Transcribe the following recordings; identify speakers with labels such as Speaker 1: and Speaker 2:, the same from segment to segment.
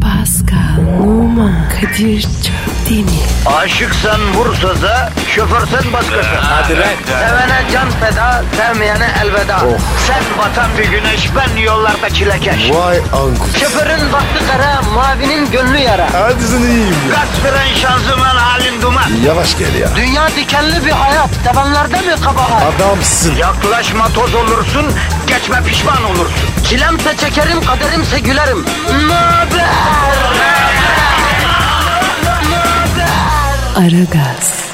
Speaker 1: Pascal, Oman, Kadir çok değil mi?
Speaker 2: Aşıksan vursa da şoförsen başkasın. Hadi
Speaker 3: lan.
Speaker 2: Sevene can feda, sevmeyene elveda. Sen batan bir güneş, ben yollarda çilekeş.
Speaker 3: Vay anku.
Speaker 2: Şoförün baktı kara, mavinin gönlü yara.
Speaker 3: Hadi sen iyiyim ya.
Speaker 2: Kasperen şanzıman halin duman.
Speaker 3: Yavaş gel ya.
Speaker 2: Dünya dikenli bir hayat, sevenlerde mi kabahar?
Speaker 3: Adamsın.
Speaker 2: Yaklaşma toz olursun, geçme pişman olursun. Çilemse çekerim, kaderimse gülerim. Möber!
Speaker 1: Aragaz,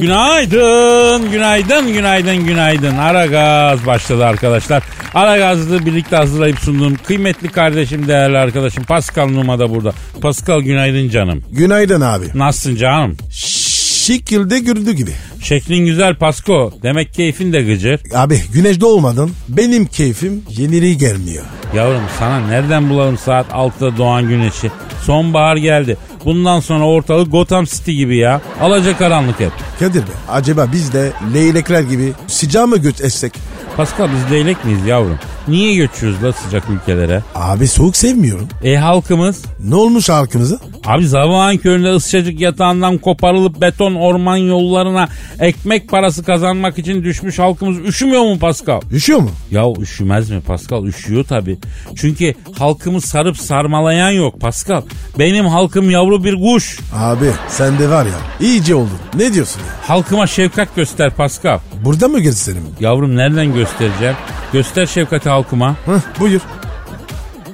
Speaker 4: Günaydın, günaydın, günaydın, günaydın. Ara gaz başladı arkadaşlar. Ara gazı birlikte hazırlayıp sunduğum kıymetli kardeşim, değerli arkadaşım Pascal Numa da burada. Pascal günaydın canım.
Speaker 3: Günaydın abi.
Speaker 4: Nasılsın canım?
Speaker 3: Şekilde göründüğü gibi.
Speaker 4: Şeklin güzel Pasko. Demek keyfin de gıcır.
Speaker 3: Abi güneşde olmadan benim keyfim yeniliği gelmiyor.
Speaker 4: Yavrum sana nereden bulalım saat 6'da doğan güneşi? Sonbahar geldi. Bundan sonra ortalık Gotham City gibi ya. Alaca karanlık hep.
Speaker 3: Kadir be acaba biz de leylekler gibi sıcağı mı göt etsek?
Speaker 4: Pascal biz leylek miyiz yavrum? Niye göçüyoruz la sıcak ülkelere?
Speaker 3: Abi soğuk sevmiyorum.
Speaker 4: E halkımız?
Speaker 3: Ne olmuş halkımıza?
Speaker 4: Abi sabahın köründe ısıcacık yatağından koparılıp beton orman yollarına ekmek parası kazanmak için düşmüş halkımız üşümüyor mu Pascal?
Speaker 3: Üşüyor mu?
Speaker 4: Ya üşümez mi Pascal? Üşüyor tabii. Çünkü halkımı sarıp sarmalayan yok Pascal. Benim halkım yavru bir kuş.
Speaker 3: Abi sen de var ya iyice oldun. Ne diyorsun ya?
Speaker 4: Halkıma şefkat göster Pascal.
Speaker 3: Burada mı gösterim?
Speaker 4: Yavrum nereden göstereceğim? Göster şefkati halkıma.
Speaker 3: Hı, buyur.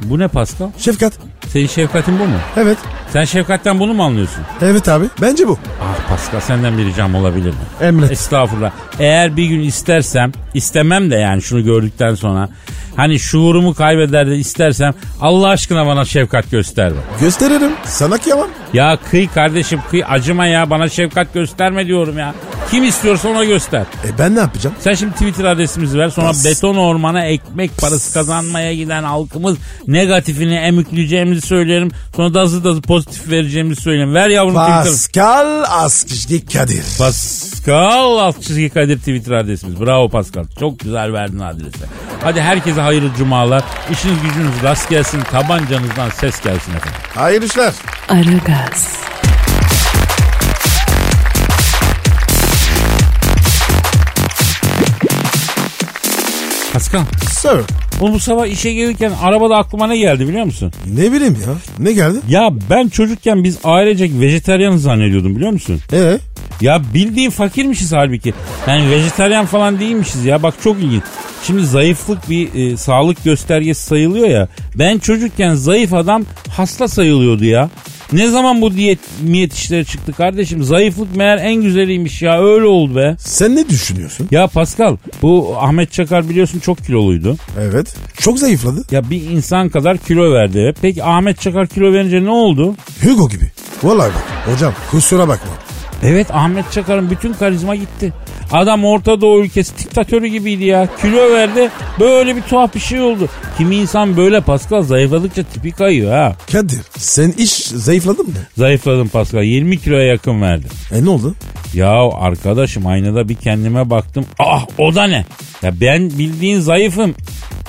Speaker 4: Bu ne Pascal?
Speaker 3: Şefkat.
Speaker 4: Senin şefkatin bu mu?
Speaker 3: Evet.
Speaker 4: Sen şefkatten bunu mu anlıyorsun?
Speaker 3: Evet abi. Bence bu.
Speaker 4: Ah Pascal senden bir ricam olabilir mi?
Speaker 3: Emret.
Speaker 4: Estağfurullah. Eğer bir gün istersem, istemem de yani şunu gördükten sonra. Hani şuurumu kaybeder de istersem Allah aşkına bana şefkat göster be.
Speaker 3: Gösteririm. Sana kıyamam.
Speaker 4: Ya kıy kardeşim kıy acıma ya bana şefkat gösterme diyorum ya. Kim istiyorsa ona göster.
Speaker 3: E ben ne yapacağım?
Speaker 4: Sen şimdi Twitter adresimizi ver sonra
Speaker 3: Pas.
Speaker 4: beton ormana ekmek parası kazanmaya giden halkımız negatifini emükleyeceğimizi söylerim. Sonra da hızlı hızlı pozitif vereceğimizi söyleyeyim. Ver yavrum Twitter.
Speaker 3: Pascal Askışki Kadir.
Speaker 4: Pascal alt çizgi Kadir Twitter adresimiz. Bravo Pascal. Çok güzel verdin adresi. Hadi herkese hayırlı cumalar. İşiniz gücünüz rast gelsin. Tabancanızdan ses gelsin efendim.
Speaker 3: Hayırlı işler.
Speaker 1: Aragaz,
Speaker 4: Pascal.
Speaker 3: Sir.
Speaker 4: Oğlum bu sabah işe gelirken arabada aklıma ne geldi biliyor musun?
Speaker 3: Ne bileyim ya. Ne geldi?
Speaker 4: Ya ben çocukken biz ailecek vejeteryan zannediyordum biliyor musun?
Speaker 3: Ee?
Speaker 4: Ya bildiğin fakirmişiz halbuki. Yani vejetaryen falan değilmişiz ya. Bak çok ilginç. Şimdi zayıflık bir e, sağlık göstergesi sayılıyor ya. Ben çocukken zayıf adam hasta sayılıyordu ya. Ne zaman bu diyet miyet işleri çıktı kardeşim? Zayıflık meğer en güzeliymiş ya. Öyle oldu be.
Speaker 3: Sen ne düşünüyorsun?
Speaker 4: Ya Pascal bu Ahmet Çakar biliyorsun çok kiloluydu.
Speaker 3: Evet. Çok zayıfladı.
Speaker 4: Ya bir insan kadar kilo verdi. hep. Peki Ahmet Çakar kilo verince ne oldu?
Speaker 3: Hugo gibi. Vallahi bak. Hocam kusura bakma.
Speaker 4: Evet Ahmet Çakar'ın bütün karizma gitti. Adam Orta Doğu ülkesi diktatörü gibiydi ya. Kilo verdi böyle bir tuhaf bir şey oldu. Kimi insan böyle Pascal zayıfladıkça tipi kayıyor ha.
Speaker 3: Kadir sen iş zayıfladın mı?
Speaker 4: Zayıfladım Pascal 20 kiloya yakın verdim.
Speaker 3: E ne oldu?
Speaker 4: Ya arkadaşım aynada bir kendime baktım. Ah o da ne? Ya ben bildiğin zayıfım.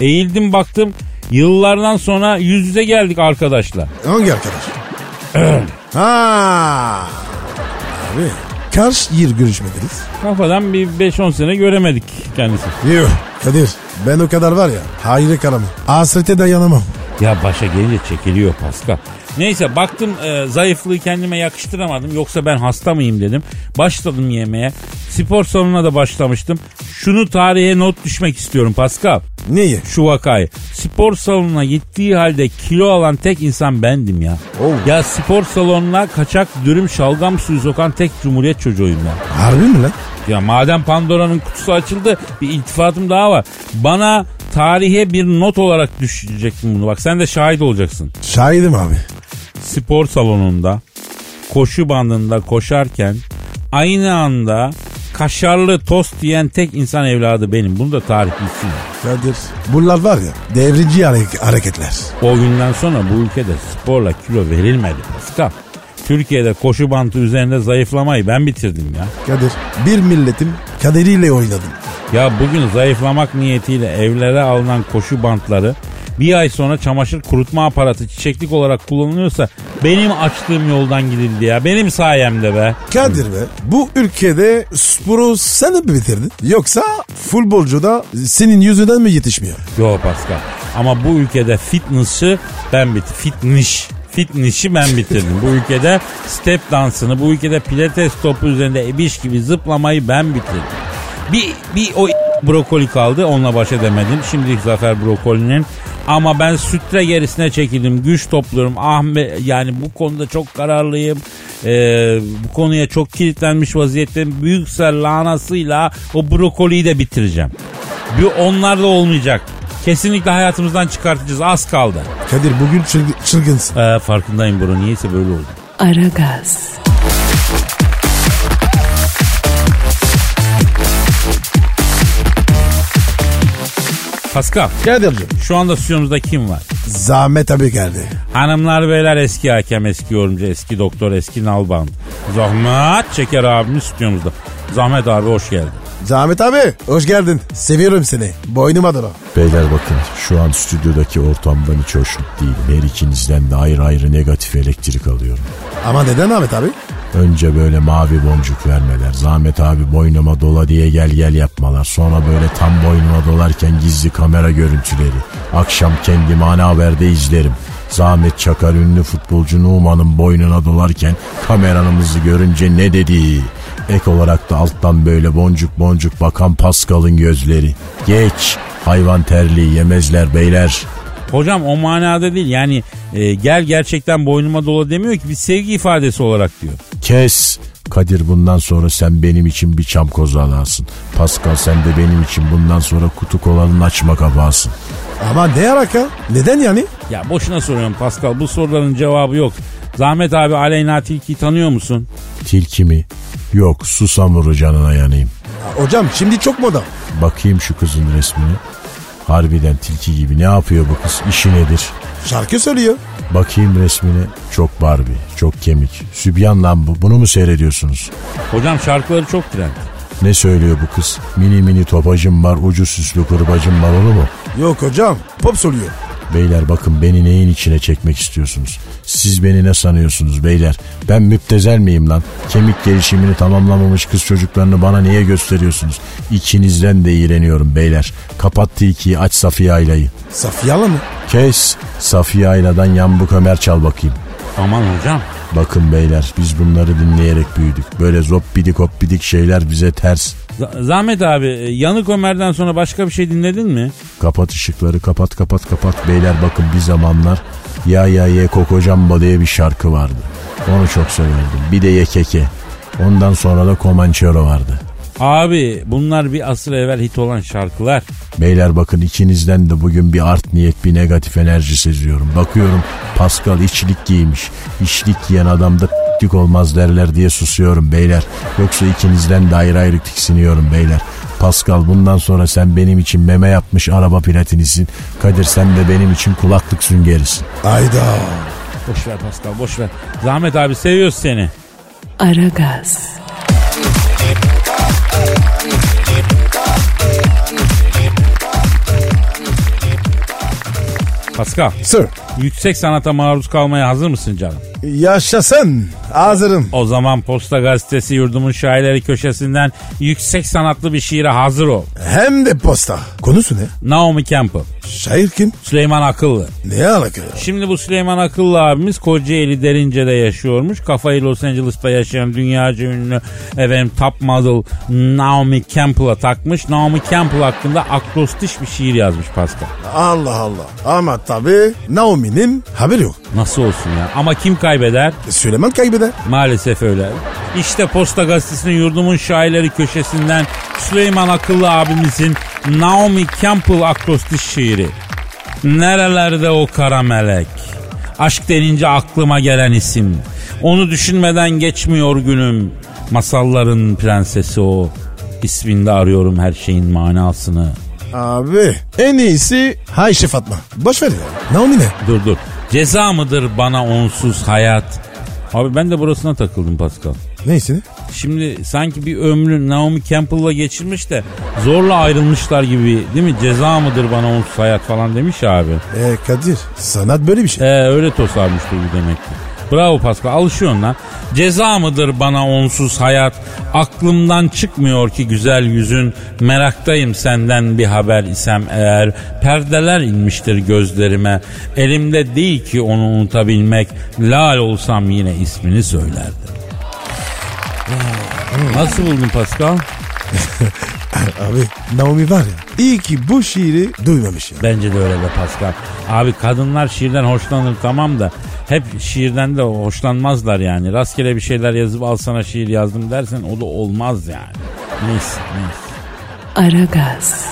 Speaker 4: Eğildim baktım yıllardan sonra yüz yüze geldik arkadaşlar.
Speaker 3: Hangi arkadaş? ha. Abi. Karşı yer görüşmediniz.
Speaker 4: Kafadan bir 5-10 sene göremedik kendisini.
Speaker 3: Yok. Kadir ben o kadar var ya hayre karamı. Hasrete dayanamam.
Speaker 4: Ya başa gelince çekiliyor Pascal. Neyse baktım e, zayıflığı kendime yakıştıramadım. Yoksa ben hasta mıyım dedim. Başladım yemeye. Spor salonuna da başlamıştım. Şunu tarihe not düşmek istiyorum Pascal.
Speaker 3: Neyi?
Speaker 4: Şu vakayı. Spor salonuna gittiği halde kilo alan tek insan bendim ya.
Speaker 3: Oh.
Speaker 4: Ya spor salonuna kaçak dürüm şalgam suyu sokan tek cumhuriyet çocuğuyum ya.
Speaker 3: Harbi mi lan?
Speaker 4: Ya madem Pandora'nın kutusu açıldı bir iltifatım daha var. Bana tarihe bir not olarak düşecektim bunu. Bak sen de şahit olacaksın.
Speaker 3: Şahidim abi.
Speaker 4: Spor salonunda koşu bandında koşarken aynı anda kaşarlı tost yiyen tek insan evladı benim. Bunu da tarih bilsin.
Speaker 3: Kadir bunlar var ya devrimci hare- hareketler.
Speaker 4: O günden sonra bu ülkede sporla kilo verilmedi Pascal. Türkiye'de koşu bandı üzerinde zayıflamayı ben bitirdim ya.
Speaker 3: Kadir bir milletim kaderiyle oynadım.
Speaker 4: Ya bugün zayıflamak niyetiyle evlere alınan koşu bantları bir ay sonra çamaşır kurutma aparatı çiçeklik olarak kullanılıyorsa benim açtığım yoldan gidildi ya. Benim sayemde be.
Speaker 3: Kadir be bu ülkede sporu sen de mi bitirdin? Yoksa futbolcu da senin yüzünden mi yetişmiyor?
Speaker 4: Yo Pascal. Ama bu ülkede fitness'ı ben bit fitniş fitnişi ben bitirdim. bu ülkede step dansını, bu ülkede pilates topu üzerinde ebiş gibi zıplamayı ben bitirdim. Bir, bir o brokoli kaldı onunla baş edemedim. Şimdilik Zafer Brokoli'nin. Ama ben sütre gerisine çekildim. Güç topluyorum. Ahmet yani bu konuda çok kararlıyım. Ee, bu konuya çok kilitlenmiş vaziyetteyim. Büyüksel lanasıyla o brokoliyi de bitireceğim. Bir onlar da olmayacak. Kesinlikle hayatımızdan çıkartacağız. Az kaldı.
Speaker 3: Kadir bugün çılg- çılgınsın.
Speaker 4: Ee, farkındayım bro. Niyeyse böyle oldu.
Speaker 1: Aragaz,
Speaker 4: Pascal
Speaker 3: Kadir'cim.
Speaker 4: şu anda stüdyomuzda kim var?
Speaker 3: Zahmet abi geldi.
Speaker 4: Hanımlar beyler eski hakem, eski yorumcu, eski doktor, eski nalbant. Zahmet Çeker abimiz stüdyomuzda. Zahmet abi hoş geldin.
Speaker 3: Zahmet abi hoş geldin. Seviyorum seni. Boynum adına.
Speaker 5: Beyler bakın şu an stüdyodaki ortamdan hiç hoşnut değilim. Her ikinizden de ayrı ayrı negatif elektrik alıyorum.
Speaker 3: Ama neden Ahmet abi?
Speaker 5: Önce böyle mavi boncuk vermeler, Zahmet abi boynuma dola diye gel gel yapmalar, sonra böyle tam boynuma dolarken gizli kamera görüntüleri. Akşam kendimi ana haberde izlerim. Zahmet Çakar ünlü futbolcu Numan'ın boynuna dolarken kameranımızı görünce ne dedi? Ek olarak da alttan böyle boncuk boncuk bakan Pascal'ın gözleri. Geç, hayvan terliği yemezler beyler.
Speaker 4: Hocam o manada değil yani e, gel gerçekten boynuma dola demiyor ki bir sevgi ifadesi olarak diyor.
Speaker 5: Kes. Kadir bundan sonra sen benim için bir çam kozalağısın. Pascal sen de benim için bundan sonra kutu kolanın açma kabağısın.
Speaker 3: Ama ne alaka? Neden yani?
Speaker 4: Ya boşuna soruyorum Pascal bu soruların cevabı yok. Zahmet abi Aleyna Tilki'yi tanıyor musun?
Speaker 5: Tilki mi? Yok susamuru canına yanayım.
Speaker 3: Ya hocam şimdi çok moda.
Speaker 5: Bakayım şu kızın resmini. Harbiden tilki gibi ne yapıyor bu kız? İşi nedir?
Speaker 3: Şarkı söylüyor.
Speaker 5: Bakayım resmine. Çok Barbie, çok kemik. Sübyan lan bu. Bunu mu seyrediyorsunuz?
Speaker 4: Hocam şarkıları çok trend.
Speaker 5: Ne söylüyor bu kız? Mini mini topacım var, ucu süslü kurbacım var onu mu?
Speaker 3: Yok hocam pop söylüyor.
Speaker 5: Beyler bakın beni neyin içine çekmek istiyorsunuz? Siz beni ne sanıyorsunuz beyler? Ben müptezel miyim lan? Kemik gelişimini tamamlamamış kız çocuklarını bana niye gösteriyorsunuz? İçinizden de iğreniyorum beyler. Kapat tilkiyi aç Safiye Ayla'yı.
Speaker 3: Safiyalı mı?
Speaker 5: Kes Safiye Ayla'dan Yambuk Ömer çal bakayım.
Speaker 4: Aman hocam.
Speaker 5: Bakın beyler biz bunları dinleyerek büyüdük. Böyle zoppidik hoppidik şeyler bize ters.
Speaker 4: Z- Zahmet abi e, Yanık Ömer'den sonra başka bir şey dinledin mi?
Speaker 5: Kapat ışıkları kapat kapat kapat beyler bakın bir zamanlar Ya Ya Ye Kokocamba diye bir şarkı vardı. Onu çok severdim. Bir de Ye Keke. Ondan sonra da Comanchero vardı.
Speaker 4: Abi bunlar bir asır evvel hit olan şarkılar.
Speaker 5: Beyler bakın ikinizden de bugün bir art niyet bir negatif enerji seziyorum. Bakıyorum Pascal içlik giymiş. İçlik giyen adamda tik olmaz derler diye susuyorum beyler. Yoksa ikinizden de ayrı ayrı tiksiniyorum beyler. Pascal bundan sonra sen benim için meme yapmış araba platinisin. Kadir sen de benim için kulaklık süngerisin.
Speaker 3: Ayda.
Speaker 4: Boş ver Pascal boş ver. Zahmet abi seviyoruz seni.
Speaker 1: Aragaz,
Speaker 4: Pascal
Speaker 3: Sir.
Speaker 4: yüksek sanata maruz kalmaya hazır mısın canım?
Speaker 3: Yaşasın. Hazırım.
Speaker 4: O zaman Posta Gazetesi yurdumun şairleri köşesinden yüksek sanatlı bir şiire hazır ol.
Speaker 3: Hem de posta. Konusu ne?
Speaker 4: Naomi Campbell,
Speaker 3: Şair kim?
Speaker 4: Süleyman Akıllı.
Speaker 3: Ne alaka? ya?
Speaker 4: Şimdi bu Süleyman Akıllı abimiz Kocaeli Derince'de yaşıyormuş. Kafayı Los Angeles'ta yaşayan dünyaca ünlü efendim top model Naomi Campbell'a takmış. Naomi Campbell hakkında akrostiş bir şiir yazmış Pascal.
Speaker 3: Allah Allah. Ama tabii Naomi'nin haberi yok. E,
Speaker 4: Nasıl olsun ya? Ama kim kaybeder?
Speaker 3: Süleyman kaybeder.
Speaker 4: Maalesef öyle. İşte Posta Gazetesi'nin yurdumun şairleri köşesinden Süleyman Akıllı abimizin Naomi Campbell akrostiş şiiri. Nerelerde o kara melek? Aşk denince aklıma gelen isim. Onu düşünmeden geçmiyor günüm. Masalların prensesi o. İsminde arıyorum her şeyin manasını.
Speaker 3: Abi en iyisi Ayşe Fatma. Boş ver ya. Naomi ne?
Speaker 4: Dur dur. Ceza mıdır bana onsuz hayat? Abi ben de burasına takıldım Pascal.
Speaker 3: Neyse.
Speaker 4: Şimdi sanki bir ömrü Naomi Campbell'la geçirmiş de zorla ayrılmışlar gibi değil mi? Ceza mıdır bana onsuz hayat falan demiş ya abi.
Speaker 3: E Kadir sanat böyle bir şey.
Speaker 4: Ee, öyle tosarmış duygu demek ki. Bravo Pascal alışıyorsun lan. Ceza mıdır bana onsuz hayat? Aklımdan çıkmıyor ki güzel yüzün. Meraktayım senden bir haber isem eğer. Perdeler inmiştir gözlerime. Elimde değil ki onu unutabilmek. Lal olsam yine ismini söylerdim. Ee, Nasıl buldun Pascal?
Speaker 3: Abi Naomi var ya iyi ki bu şiiri duymamış ya.
Speaker 4: Bence de öyle be Pascal. Abi kadınlar şiirden hoşlanır tamam da hep şiirden de hoşlanmazlar yani. Rastgele bir şeyler yazıp al sana şiir yazdım dersen o da olmaz yani. Neyse neyse.
Speaker 1: Aragaz,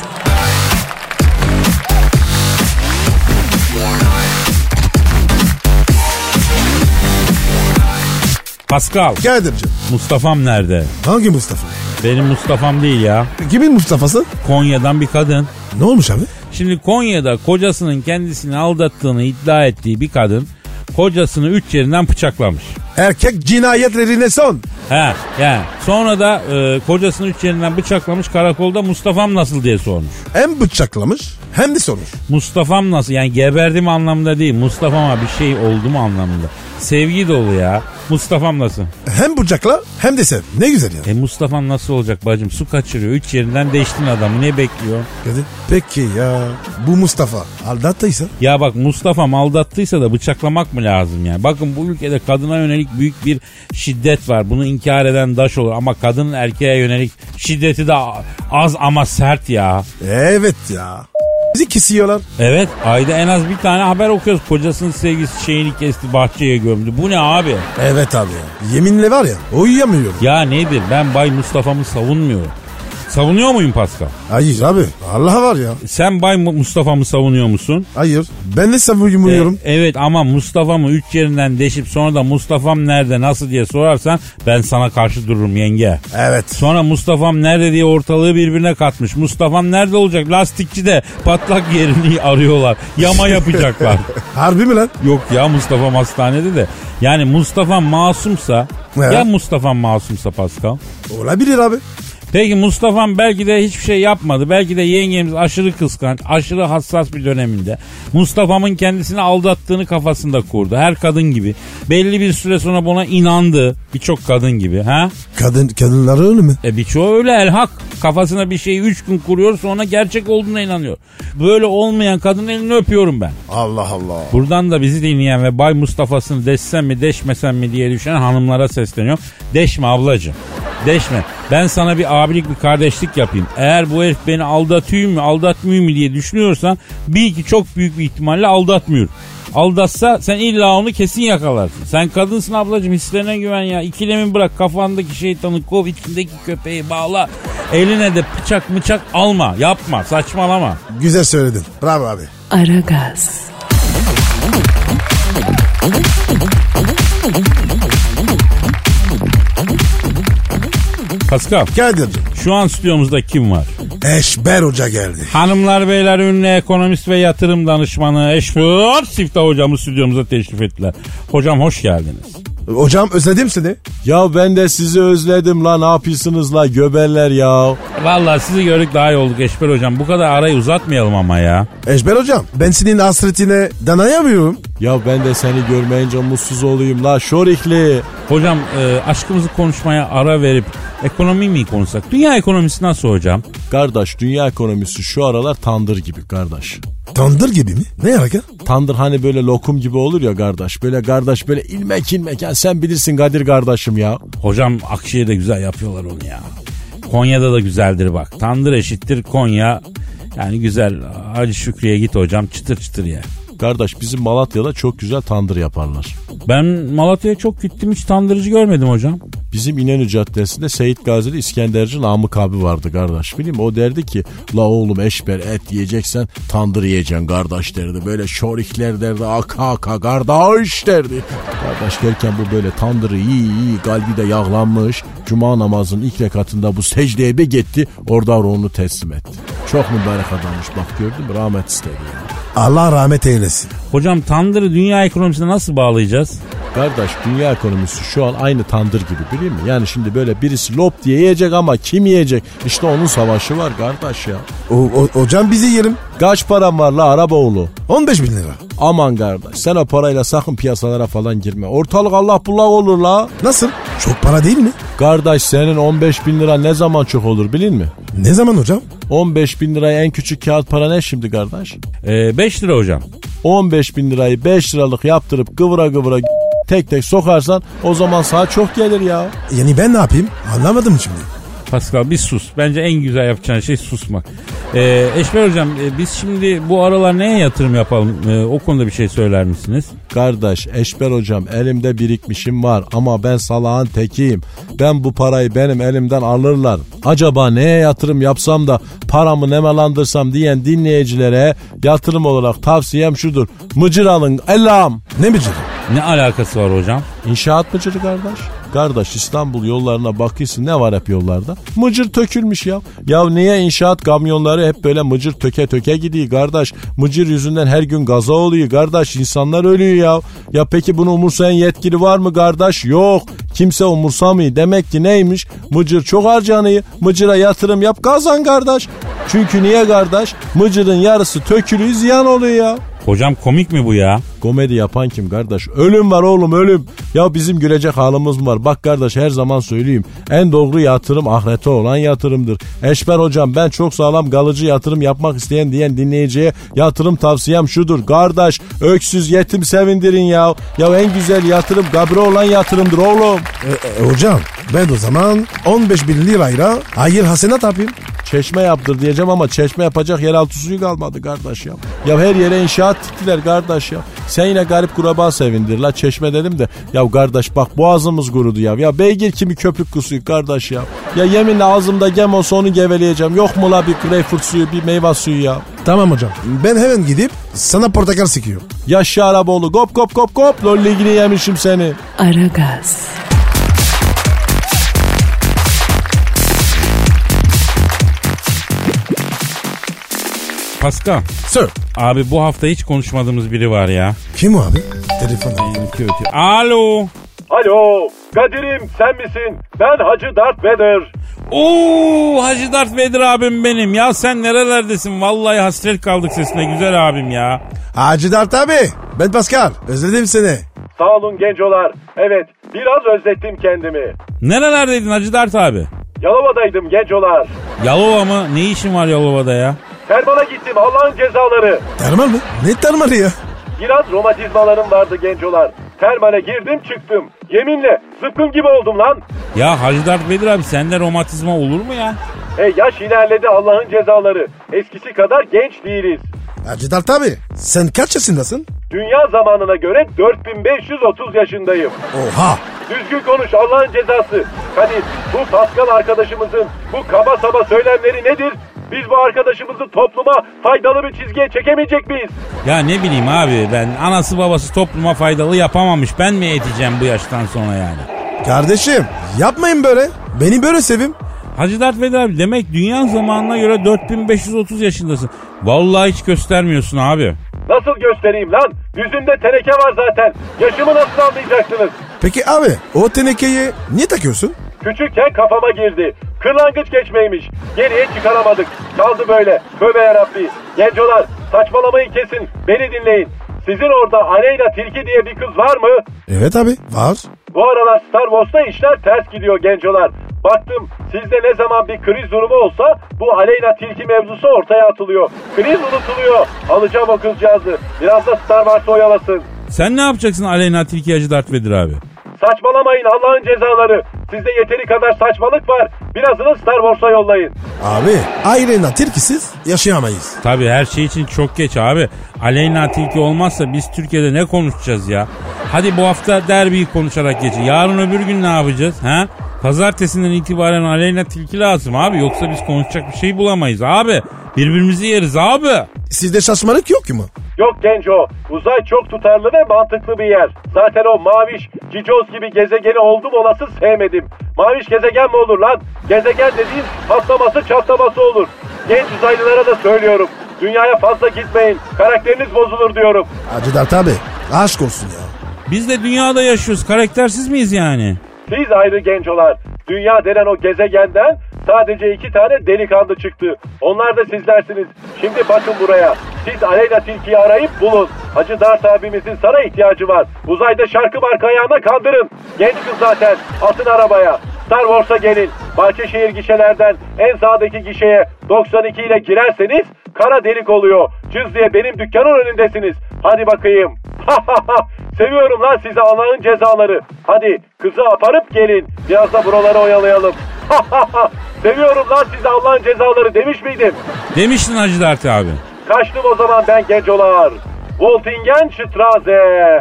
Speaker 4: Pascal,
Speaker 3: Kadir'cim
Speaker 4: Mustafa'm nerede?
Speaker 3: hangi Mustafa?
Speaker 4: Benim Mustafa'm değil ya.
Speaker 3: Kimin Mustafa'sı?
Speaker 4: Konya'dan bir kadın.
Speaker 3: Ne olmuş abi?
Speaker 4: Şimdi Konya'da kocasının kendisini aldattığını iddia ettiği bir kadın kocasını üç yerinden bıçaklamış.
Speaker 3: Erkek cinayetlerine son.
Speaker 4: He yani sonra da e, kocasını üç yerinden bıçaklamış karakolda Mustafa'm nasıl diye sormuş.
Speaker 3: Hem bıçaklamış hem de sormuş.
Speaker 4: Mustafa'm nasıl yani geberdim anlamında değil Mustafa'ma bir şey oldu mu anlamında. Sevgi dolu ya. Mustafa'm nasıl?
Speaker 3: Hem bıçakla hem de sen. Ne güzel ya.
Speaker 4: E Mustafa'm nasıl olacak bacım? Su kaçırıyor. Üç yerinden değiştin adamı. Ne bekliyor?
Speaker 3: Kadir. Peki ya bu Mustafa aldattıysa?
Speaker 4: Ya bak Mustafa'm aldattıysa da bıçaklamak mı lazım yani? Bakın bu ülkede kadına yönelik büyük bir şiddet var. Bunu inkar eden daş olur. Ama kadının erkeğe yönelik şiddeti de az ama sert ya.
Speaker 3: Evet ya. Bizi kesiyorlar.
Speaker 4: Evet ayda en az bir tane haber okuyoruz. Kocasının sevgisi şeyini kesti bahçeye gömdü. Bu ne abi?
Speaker 3: Evet abi ya. Yeminle var ya uyuyamıyorum.
Speaker 4: Ya nedir ben Bay Mustafa'mı savunmuyorum. Savunuyor muyum Pascal?
Speaker 3: Hayır abi Allah var ya.
Speaker 4: Sen Bay Mu- Mustafa'mı savunuyor musun?
Speaker 3: Hayır ben de savunuyorum.
Speaker 4: E, evet ama Mustafa'mı üç yerinden deşip sonra da Mustafa'm nerede nasıl diye sorarsan ben sana karşı dururum yenge.
Speaker 3: Evet.
Speaker 4: Sonra Mustafa'm nerede diye ortalığı birbirine katmış. Mustafa'm nerede olacak? Lastikçi de patlak yerini arıyorlar. Yama yapacaklar.
Speaker 3: Harbi mi lan?
Speaker 4: Yok ya Mustafa'm hastanede de. Yani Mustafa'm masumsa
Speaker 3: Evet.
Speaker 4: ya Mustafa'm masumsa Pascal.
Speaker 3: Olabilir abi.
Speaker 4: Peki Mustafa'm belki de hiçbir şey yapmadı. Belki de yengemiz aşırı kıskanç, aşırı hassas bir döneminde. Mustafa'mın kendisini aldattığını kafasında kurdu. Her kadın gibi. Belli bir süre sonra buna inandı. Birçok kadın gibi. Ha?
Speaker 3: Kadın kadınlar öyle mi?
Speaker 4: E birçoğu öyle el hak. Kafasına bir şeyi 3 gün kuruyor sonra gerçek olduğuna inanıyor. Böyle olmayan kadın elini öpüyorum ben.
Speaker 3: Allah Allah.
Speaker 4: Buradan da bizi dinleyen ve Bay Mustafa'sını deşsem mi deşmesem mi diye düşünen hanımlara sesleniyorum. Deşme ablacığım. Deşme. Ben sana bir abilik bir kardeşlik yapayım. Eğer bu herif beni aldatıyor mu aldatmıyor mu diye düşünüyorsan bil ki çok büyük bir ihtimalle aldatmıyor. Aldatsa sen illa onu kesin yakalarsın. Sen kadınsın ablacığım hislerine güven ya. İkilemin bırak kafandaki şeytanı kov içindeki köpeği bağla. Eline de bıçak mıçak alma yapma saçmalama.
Speaker 3: Güzel söyledin. Bravo abi.
Speaker 1: Aragaz,
Speaker 4: Pascal
Speaker 3: Kadir
Speaker 4: şu an stüdyomuzda kim var?
Speaker 3: Eşber Hoca geldi.
Speaker 4: Hanımlar beyler ünlü ekonomist ve yatırım danışmanı Eşber Siftah hocamı stüdyomuza teşrif ettiler. Hocam hoş geldiniz.
Speaker 3: Hocam özledim seni.
Speaker 5: Ya ben de sizi özledim la ne yapıyorsunuz la göberler ya.
Speaker 4: Vallahi sizi gördük daha iyi olduk Eşber hocam. Bu kadar arayı uzatmayalım ama ya.
Speaker 3: Eşber Hocam ben senin hasretine danayamıyorum.
Speaker 5: Ya ben de seni görmeyince mutsuz olayım la şorikli.
Speaker 4: Hocam e, aşkımızı konuşmaya ara verip ekonomi mi konuşsak? Dünya ekonomisi nasıl hocam?
Speaker 5: Kardeş dünya ekonomisi şu aralar tandır gibi kardeş.
Speaker 3: Tandır gibi mi? Ne alaka?
Speaker 5: Tandır hani böyle lokum gibi olur ya kardeş. Böyle kardeş böyle ilmek ilmek. Ya sen bilirsin Kadir kardeşim ya.
Speaker 4: Hocam Akşehir'de güzel yapıyorlar onu ya. Konya'da da güzeldir bak. Tandır eşittir Konya. Yani güzel. Hacı Şükrü'ye git hocam çıtır çıtır ye.
Speaker 5: Kardeş bizim Malatya'da çok güzel tandır yaparlar.
Speaker 4: Ben Malatya'ya çok gittim hiç tandırıcı görmedim hocam.
Speaker 5: Bizim İnönü Caddesi'nde Seyit Gazi'de İskenderci Namık abi vardı kardeş. Bileyim mi? o derdi ki la oğlum eşber et yiyeceksen tandır yiyeceksin kardeş derdi. Böyle şorikler derdi aka aka kardeş derdi. Kardeş derken bu böyle tandırı iyi iyi kalbi de yağlanmış. Cuma namazının ilk rekatında bu secdeye bir gitti orada ruhunu teslim etti. Çok mübarek adammış bak gördün mü rahmet istedi.
Speaker 3: Allah rahmet eylesin.
Speaker 4: Hocam tandırı dünya ekonomisine nasıl bağlayacağız?
Speaker 5: Kardeş dünya ekonomisi şu an aynı tandır gibi biliyor musun? Yani şimdi böyle birisi lop diye yiyecek ama kim yiyecek? İşte onun savaşı var kardeş ya.
Speaker 3: O, o, hocam bizi yiyelim.
Speaker 5: Kaç param var la araba oğlu?
Speaker 3: 15 bin lira.
Speaker 5: Aman kardeş sen o parayla sakın piyasalara falan girme. Ortalık Allah bullak olur la.
Speaker 3: Nasıl? Çok para değil mi?
Speaker 5: Kardeş senin 15 bin lira ne zaman çok olur bilin mi?
Speaker 3: Ne zaman hocam?
Speaker 5: 15 bin liraya en küçük kağıt para ne şimdi kardeş?
Speaker 4: 5 Ee, lira hocam.
Speaker 5: 15 bin lirayı 5 liralık yaptırıp kıvıra kıvıra tek tek sokarsan o zaman sana çok gelir ya.
Speaker 3: Yani ben ne yapayım? Anlamadım şimdi.
Speaker 4: Pascal bir sus. Bence en güzel yapacağın şey susmak. Ee, Eşber hocam e, biz şimdi bu aralar neye yatırım yapalım? Ee, o konuda bir şey söyler misiniz?
Speaker 5: Kardeş Eşber hocam elimde birikmişim var ama ben salağın tekiyim. Ben bu parayı benim elimden alırlar. Acaba neye yatırım yapsam da paramı nemalandırsam diyen dinleyicilere yatırım olarak tavsiyem şudur. Mıcır alın elam.
Speaker 3: Ne mi canım?
Speaker 4: Ne alakası var hocam?
Speaker 5: İnşaat mıcırı kardeş. Kardeş İstanbul yollarına bakıyorsun ne var hep yollarda? Mıcır tökülmüş ya. Ya niye inşaat kamyonları hep böyle mıcır töke töke gidiyor kardeş? Mıcır yüzünden her gün gaza oluyor kardeş. insanlar ölüyor ya. Ya peki bunu umursayan yetkili var mı kardeş? Yok. Kimse umursamıyor. Demek ki neymiş? Mıcır çok harcanıyor. Mıcıra yatırım yap kazan kardeş. Çünkü niye kardeş? Mıcırın yarısı tökülüyor ziyan oluyor ya.
Speaker 4: Hocam komik mi bu ya?
Speaker 5: Komedi yapan kim kardeş? Ölüm var oğlum ölüm. Ya bizim gülecek halimiz mi var? Bak kardeş her zaman söyleyeyim. En doğru yatırım ahirete olan yatırımdır. Eşber hocam ben çok sağlam kalıcı yatırım yapmak isteyen diyen dinleyiciye yatırım tavsiyem şudur. Kardeş öksüz yetim sevindirin ya. Ya en güzel yatırım kabre olan yatırımdır oğlum.
Speaker 3: E, e, hocam ben o zaman 15 bin lirayla hayır hasenat yapayım.
Speaker 5: Çeşme yaptır diyeceğim ama çeşme yapacak yeraltı suyu kalmadı kardeş ya. Ya her yere inşaat diktiler kardeş ya. Sen yine garip kuraba sevindir la çeşme dedim de. Ya kardeş bak boğazımız kurudu ya. Ya beygir kimi köpük kusuyor kardeş ya. Ya yeminle ağzımda gem olsa onu geveleyeceğim. Yok mu la bir greyfurt suyu bir meyve suyu ya.
Speaker 3: Tamam hocam. Ben hemen gidip sana portakal sikiyorum.
Speaker 5: Yaşa Araboğlu kop kop kop kop lolligini yemişim seni.
Speaker 1: Aragaz,
Speaker 4: Pascal
Speaker 3: Sir.
Speaker 4: abi bu hafta hiç konuşmadığımız biri var ya.
Speaker 3: Kim o abi? Telefonu.
Speaker 4: Ötüyor, ötüyor. Alo.
Speaker 6: Alo Kadir'im sen misin? Ben Hacı Dert Vedir.
Speaker 4: Oo Hacı Dert Vedir abim benim. Ya sen nerelerdesin? Vallahi hasret kaldık sesine güzel abim ya.
Speaker 3: Hacı Dert abi. Ben Pascal. Özledim seni.
Speaker 6: Sağ olun gencolar. Evet biraz özlettim kendimi.
Speaker 4: Nerelerdeydin Hacı Dert abi?
Speaker 6: Yalova'daydım gencolar.
Speaker 4: Yalova mı? Ne işin var Yalova'da ya?
Speaker 6: Termana gittim Allah'ın cezaları.
Speaker 3: Termal mı? Ne termalı ya?
Speaker 6: Biraz romatizmalarım vardı gencolar. Termale girdim çıktım. Yeminle zıpkın gibi oldum lan.
Speaker 4: Ya Hacı Dert Vedir abi sende romatizma olur mu ya?
Speaker 6: E yaş ilerledi Allah'ın cezaları. Eskisi kadar genç değiliz.
Speaker 3: Hacı Dert abi. Sen kaç yaşındasın?
Speaker 6: Dünya zamanına göre 4530 yaşındayım.
Speaker 3: Oha.
Speaker 6: Düzgün konuş Allah'ın cezası. Kadir bu Pascal arkadaşımızın bu kaba saba söylemleri nedir? Biz bu arkadaşımızı topluma faydalı bir çizgiye çekemeyecek miyiz?
Speaker 4: Ya ne bileyim abi ben anası babası topluma faydalı yapamamış. Ben mi edeceğim bu yaştan sonra yani?
Speaker 3: Kardeşim yapmayın böyle. Beni böyle sevim.
Speaker 4: Hacı Dert Vedir abi demek dünya zamanına göre 4530 yaşındasın. Vallahi hiç göstermiyorsun abi.
Speaker 6: Nasıl göstereyim lan? Yüzümde teneke var zaten. Yaşımı nasıl anlayacaksınız?
Speaker 3: Peki abi o tenekeyi niye takıyorsun?
Speaker 6: Küçükken kafama girdi. Kırlangıç geçmeymiş. Geriye çıkaramadık. Kaldı böyle. Tövbe yarabbi. Gencolar saçmalamayı kesin. Beni dinleyin. Sizin orada Aleyna Tilki diye bir kız var mı?
Speaker 3: Evet abi var.
Speaker 6: Bu aralar Star Wars'ta işler ters gidiyor gencolar. Baktım sizde ne zaman bir kriz durumu olsa bu Aleyna Tilki mevzusu ortaya atılıyor. Kriz unutuluyor. Alacağım o kızcağızı. Biraz da Star Wars'ı oyalasın.
Speaker 4: Sen ne yapacaksın Aleyna Tilki Hacı Dert Vedir abi?
Speaker 6: Saçmalamayın Allah'ın cezaları. Sizde yeteri kadar saçmalık var. Birazını Star Wars'a yollayın.
Speaker 3: Abi ayrına tirkisiz yaşayamayız.
Speaker 4: Tabii her şey için çok geç abi. Aleyna Tilki olmazsa biz Türkiye'de ne konuşacağız ya? Hadi bu hafta derbiyi konuşarak geçin. Yarın öbür gün ne yapacağız? Ha? Pazartesinden itibaren Aleyna Tilki lazım abi. Yoksa biz konuşacak bir şey bulamayız abi. Birbirimizi yeriz abi.
Speaker 3: Sizde şaşmalık yok mu?
Speaker 6: Yok genco. Uzay çok tutarlı ve mantıklı bir yer. Zaten o maviş cicoz gibi gezegeni oldum olası sevmedim. Maviş gezegen mi olur lan? Gezegen dediğin patlaması çatlaması olur. Genç uzaylılara da söylüyorum. Dünyaya fazla gitmeyin. Karakteriniz bozulur diyorum.
Speaker 3: Hacı Dert abi aşk olsun ya.
Speaker 4: Biz de dünyada yaşıyoruz. Karaktersiz miyiz yani?
Speaker 5: Siz ayrı gencolar. Dünya denen o gezegenden sadece iki tane delikanlı çıktı. Onlar da sizlersiniz. Şimdi bakın buraya. Siz Aleyna Tilki'yi arayıp bulun. Hacı Dert abimizin sana ihtiyacı var. Uzayda şarkı marka ayağına kandırın. Genç kız zaten. Atın arabaya. Star Wars'a gelin. Bahçeşehir gişelerden en sağdaki gişeye 92 ile girerseniz kara delik oluyor. Cüz diye benim dükkanın önündesiniz. Hadi bakayım. Seviyorum lan sizi Allah'ın cezaları. Hadi kızı aparıp gelin. Biraz da buraları oyalayalım. Seviyorum lan sizi Allah'ın cezaları demiş miydim?
Speaker 4: Demiştin Hacı Dert abi.
Speaker 5: Kaçtım o zaman ben gencolar. Voltingen Straße.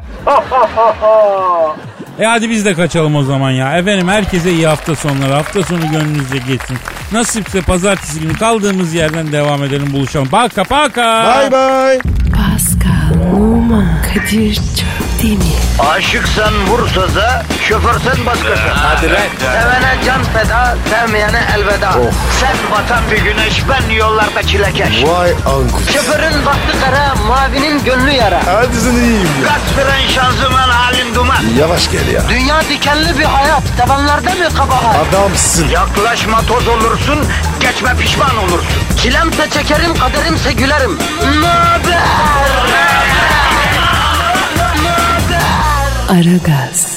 Speaker 4: E hadi biz de kaçalım o zaman ya. Efendim herkese iyi hafta sonları. Hafta sonu gönlünüzce geçsin. Nasipse pazartesi günü kaldığımız yerden devam edelim buluşalım. Paka paka.
Speaker 3: Bay bay.
Speaker 1: Pascal, Oman, Kadir çok değil mi?
Speaker 2: Aşıksan vursa da, şoförsen başkasın. Hadi Sevene can feda, sevmeyene elveda. Sen batan bir güneş, ben yollarda çilekeş.
Speaker 3: Vay anku.
Speaker 2: Şoförün baktı kara, mavinin gönlü yara.
Speaker 3: Hadi sen iyiyim ya.
Speaker 2: Kasperen şanzıman halin duman.
Speaker 3: Yavaş gel ya.
Speaker 2: Dünya dikenli bir hayat, sevenlerde mi kabahar?
Speaker 3: Adamsın.
Speaker 2: Yaklaşma toz olursun, geçme pişman olursun. Çilemse çekerim, kaderimse gülerim. Möber!
Speaker 1: Aragaz.